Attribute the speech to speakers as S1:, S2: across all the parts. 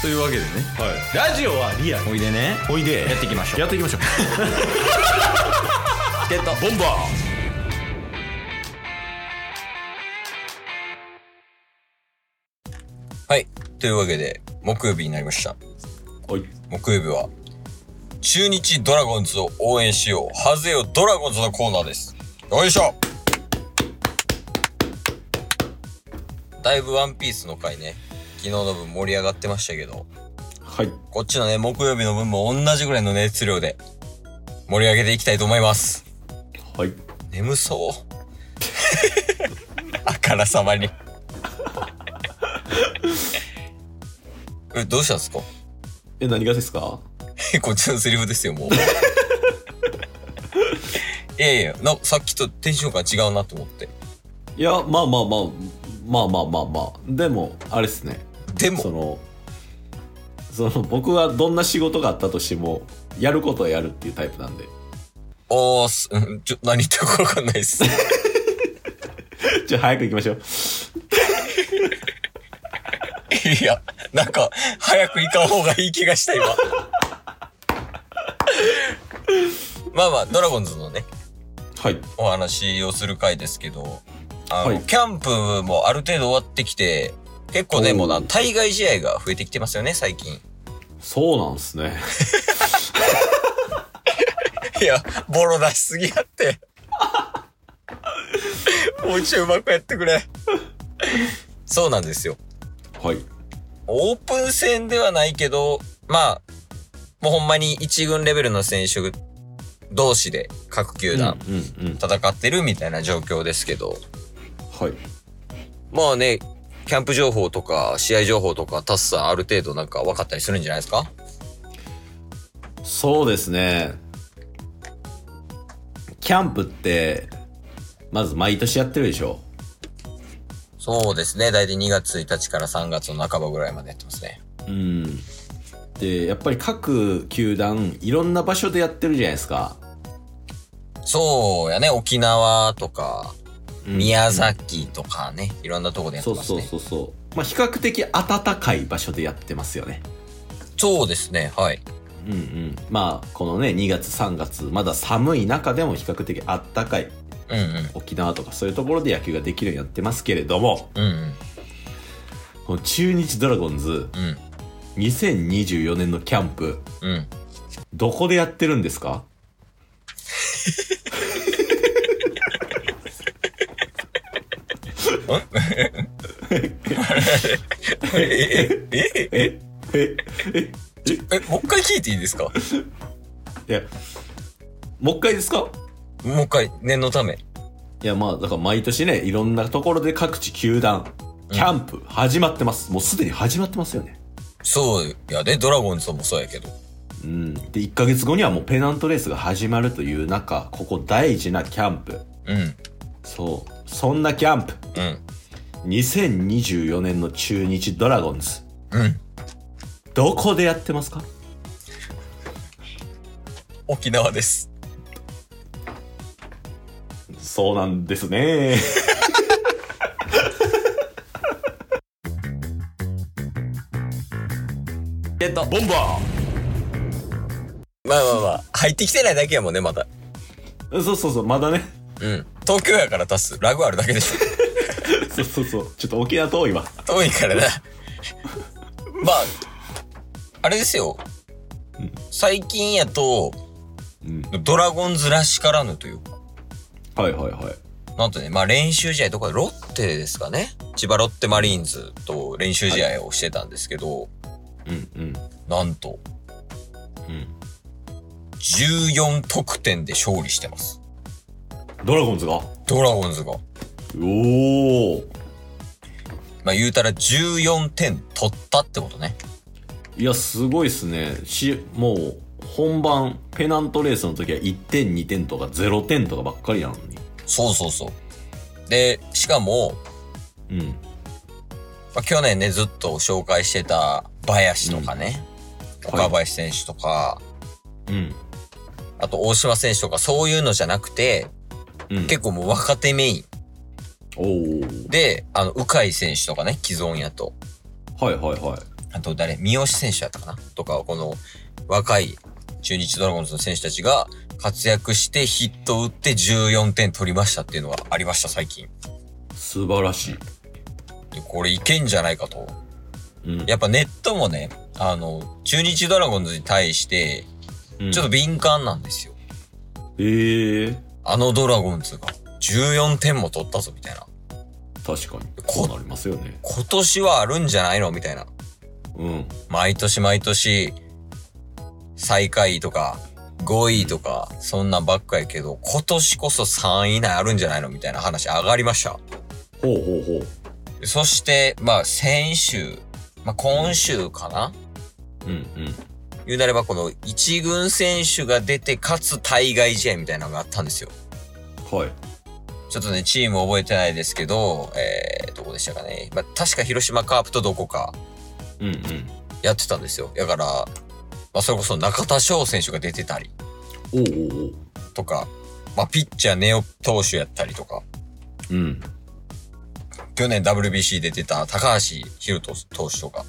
S1: というわけでね
S2: はい、ラジオはリアル
S1: おいでね
S2: おいで
S1: やっていきましょう
S2: やっていきましょう
S1: ゲット
S2: ボンバ
S1: はいというわけで木曜日になりました
S2: ーはい
S1: 木曜日は中日ドラゴンズを応援しようハゼよドラゴンズのコーナーですよいしょだいぶワンピースの回ね昨日の分盛り上がってましたけど
S2: はい
S1: こっちのね木曜日の分も同じぐらいの熱量で盛り上げていきたいと思います
S2: はい
S1: 眠そう あからさまにえどうしたんですか
S2: え何がですか
S1: こっちのセリフですよ、もう。 いやいや、なさっきとテンションが違うなと思って。
S2: いやまあまあまあまあまあまあまあでもあれですね
S1: で
S2: そ
S1: も、
S2: のその僕はどんな仕事があったとしてもやることはやるっていうタイプなんで
S1: おーす、うんちょ、何言ってるかわかんないっす。
S2: じゃあ早く行きましょう
S1: いや、なんか、早く行かん方がいい気がした、今。まあまあ、ドラゴンズのね、
S2: はい
S1: お話をする回ですけど、あの、
S2: はい
S1: キャンプもある程度終わってきて、結構ね、
S2: おー
S1: もうな、対外試合が増えてきてますよね、最近。
S2: そうなんで すね
S1: い や、ボロ出しすぎや って。もう一度うまくやってくれ。そうなんですよ。
S2: はい
S1: オープン戦ではないけど、まあ、もうほんまに一軍レベルの選手同士で各球団
S2: うんうんうん
S1: 戦ってるみたいな状況ですけど、
S2: はい
S1: まあね、キャンプ情報とか試合情報とかタスさんある程度なんか分かったりするんじゃないですか
S2: そうですねキャンプってまず毎年やってるでしょ
S1: そうですね。大体2月1日から3月の半ばぐらいまでやってますね。
S2: うんでやっぱり各球団いろんな場所でやってるじゃないですか
S1: そうやね、沖縄とか、宮崎とかね、いろんなとこでやって
S2: そう
S1: ます
S2: そう
S1: ね。
S2: そうそう、まあ、比較的暖かい場所でやってますよね
S1: そうですね、はい。
S2: うんうんまあこのね2月3月まだ寒い中でも比較的暖かい
S1: うんうん。
S2: 沖縄とかそういうところで野球ができるようになってますけれども
S1: うんうん。
S2: この中日ドラゴンズ
S1: うん。
S2: 2024年のキャンプ
S1: うん。
S2: どこでやってるんですか
S1: え、え、え、
S2: えええ
S1: え、もう一回聞いていいですか
S2: いやもう一回ですか
S1: もう一回、念のため。
S2: いやまあだから毎年ねいろんなところで各地球団キャンプ始まってます、もうすでに始まってますよね
S1: そうやで、ドラゴンズもそうやけど。
S2: うん、で1ヶ月後にはもうペナントレースが始まるという中ここ大事なキャンプ
S1: うん。
S2: そうそんなキャンプ
S1: うん。
S2: 2024年の中日ドラゴンズ
S1: うん。
S2: どこでやってますか
S1: 沖縄です。
S2: そうなんですね
S1: えっと、
S2: ボンバ
S1: まあまあまあ、入ってきてないだけやもんね、まだ。
S2: ー そうそうそうまだね
S1: うん。東京やから足す。ラグあるだけでしょ。
S2: そうそうそうちょっと沖縄遠いわ
S1: 遠いからな。まあ、あれですよ。最近やと、
S2: うん
S1: ドラゴンズらしからぬというか、
S2: はいはいはい
S1: なんとね、まあ練習試合とかロッテですかね。千葉ロッテマリーンズと練習試合をしてたんですけど、
S2: うんうん
S1: なんと
S2: うん
S1: 14得点で勝利してます。
S2: ドラゴンズが
S1: ドラゴンズが。
S2: おお
S1: まあ言うたら14点取ったってことね。
S2: いやすごいっすねしもう本番ペナントレースの時は1点2点とか0点とかばっかりなのに
S1: そうそうそう。で、しかも、
S2: うん
S1: まあ、去年ね、ずっと紹介してた林とかね、
S2: うん
S1: 岡林選手とか、
S2: うん
S1: あと大島選手とか、そういうのじゃなくて、
S2: うん
S1: 結構もう若手メイ
S2: おお
S1: ンで、あの、鵜飼選手とかね、既存やと。
S2: はいはいはい
S1: あと誰三好選手だったかなとか、この若い中日ドラゴンズの選手たちが活躍してヒット打って14点取りましたっていうのはありました、最近。
S2: 素晴らしい。
S1: でこれいけんじゃないかと。
S2: うん。
S1: やっぱネットもね、あの、中日ドラゴンズに対して、
S2: うん
S1: ちょっと敏感なんですよ。
S2: ええ
S1: あのドラゴンズが14点も取ったぞ、みたいな。
S2: 確かに。こうなりますよね。
S1: 今年はあるんじゃないのみたいな。
S2: うん。
S1: 毎年毎年、最下位とか、5位とか、そんなんばっかやけど、今年こそ3位以内あるんじゃないのみたいな話上がりました。
S2: ほうほうほう。
S1: そして、まあ、先週、まあ、今週かな
S2: うんうん。
S1: 言うなれば、この一軍選手が出て、かつ対外試合みたいなのがあったんですよ。
S2: はい。
S1: ちょっとね、チーム覚えてないですけど、えー、どこでしたかね。まあ、確か広島カープとどこか
S2: うんうん。
S1: やってたんですよ。だから、まあ、それこそ中田翔選手が出てたり、
S2: おうおうおう。
S1: とか、まあ、ピッチャーネオ投手やったりとか、
S2: うん。
S1: 去年 WBC で出てた高橋宏斗投手とか、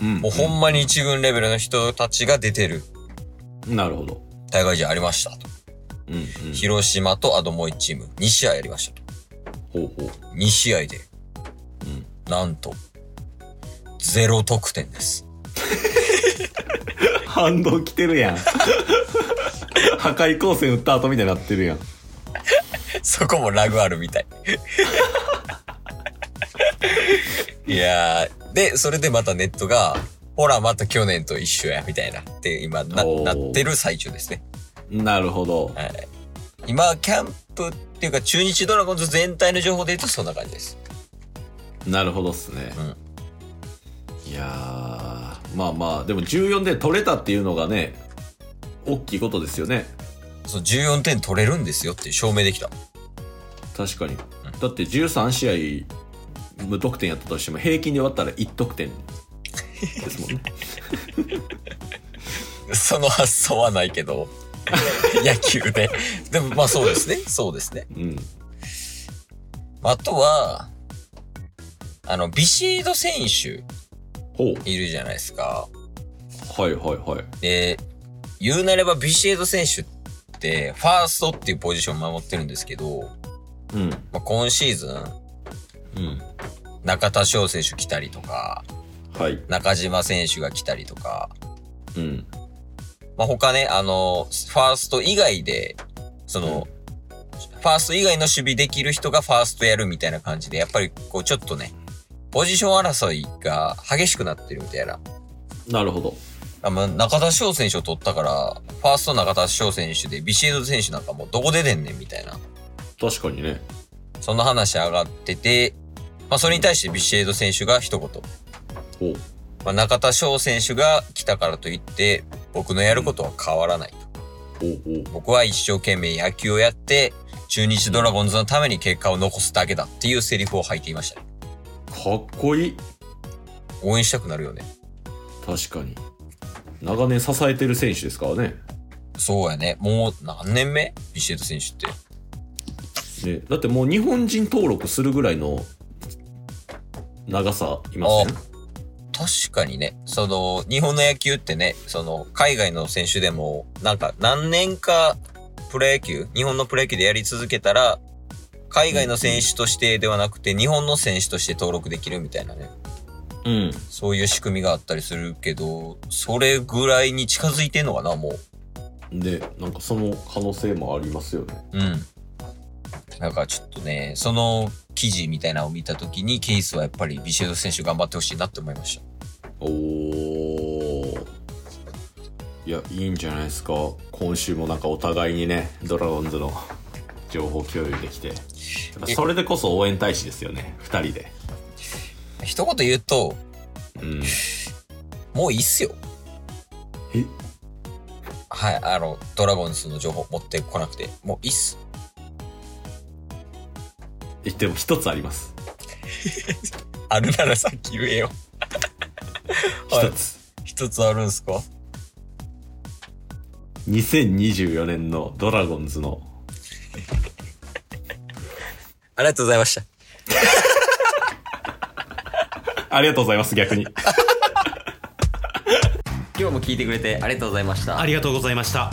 S2: うん。
S1: もうほんまに一軍レベルの人たちが出てる
S2: なるほど。
S1: 大会じゃありましたと。
S2: うんうん。
S1: 広島とあともう1チーム、2試合やりましたと。
S2: ほうほう。
S1: 2試合で、
S2: うん。
S1: なんと、0得点です。
S2: 反動来てるやん。 破壊光線打った後みたいになってるやん。
S1: そこもラグあるみたい。いやー、で、それでまたネットが、ほら、また去年と一緒や、みたいな、って今な、
S2: おー
S1: なってる最中ですね。
S2: なるほど。
S1: はい。今、キャンプっていうか、中日ドラゴンズ全体の情報で言うとそんな感じです。
S2: なるほどっすね。
S1: うん
S2: いやー、まあまあ、でも14で取れたっていうのがね、大きいことですよね。
S1: そう、14点取れるんですよっていう証明できた。
S2: 確かに。だって13試合無得点やったとしても平均で割ったら1得点ですもんね。
S1: その発想はないけど、野球で。でも、まあそうですね。そうですね。
S2: うん。
S1: あとは、あの、ビシード選手
S2: ほ
S1: いるじゃないですか。
S2: う。はいはいはい。
S1: で、言うなればビシエド選手って、ファーストっていうポジションを守ってるんですけど、
S2: うん。
S1: まあ、今シーズン、
S2: うん。
S1: 中田翔選手来たりとか、
S2: はい。
S1: 中島選手が来たりとか、
S2: うん。
S1: まあ、他ね、あの、ファースト以外で、その、ファースト以外の守備できる人がファーストやるみたいな感じで、やっぱりこうちょっとね、ポジション争いが激しくなってるみたいな。
S2: なるほど。
S1: あまあ、中田翔選手を取ったから、ファースト中田翔選手で、ビシエド選手なんかもうどこ出てんねんみたいな。
S2: 確かにね。
S1: その話上がってて、まあ、それに対してビシエド選手が一言。
S2: ほう。
S1: まあ、中田翔選手が来たからといって、僕のやることは変わらないと。
S2: ほうほう。
S1: 僕は一生懸命野球をやって、中日ドラゴンズのために結果を残すだけだっていうセリフを吐いていましたね。
S2: かっこいい
S1: 応援したくなるよね。
S2: 確かに長年支えてる選手ですからね
S1: そうやね。もう何年目ビシエド選手って。
S2: ねだってもう日本人登録するぐらいの長さいません
S1: 確かにね、その、日本の野球ってね、その、海外の選手でも、なんか、何年か、プロ野球、日本のプロ野球でやり続けたら、海外の選手としてではなくて、日本の選手として登録できるみたいなね、
S2: うん
S1: そういう仕組みがあったりするけど、それぐらいに近づいてんのかな、もう。
S2: でなんかその可能性もありますよね
S1: うん。なんかちょっとね、その記事みたいなのを見たときに、ケースはやっぱりビシエド選手頑張ってほしいなって思いました。
S2: おーいやいいんじゃないですか今週もなんかお互いにねドラゴンズの情報共有できてやっぱそれでこそ応援大使ですよね2人で
S1: 一言言うと、
S2: うん
S1: もういいっすよ。
S2: え
S1: はい、あの、ドラゴンズの情報持ってこなくて、もういいっす。
S2: えでも一つあります
S1: あるならさっき言えよ。 はい
S2: 一つ
S1: 一つあるんすか
S2: 2024年のドラゴンズの
S1: ありがとうございました。
S2: ありがとうございます逆に
S1: 今日も聞いてくれてありがとうございました
S2: ありがとうございました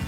S2: す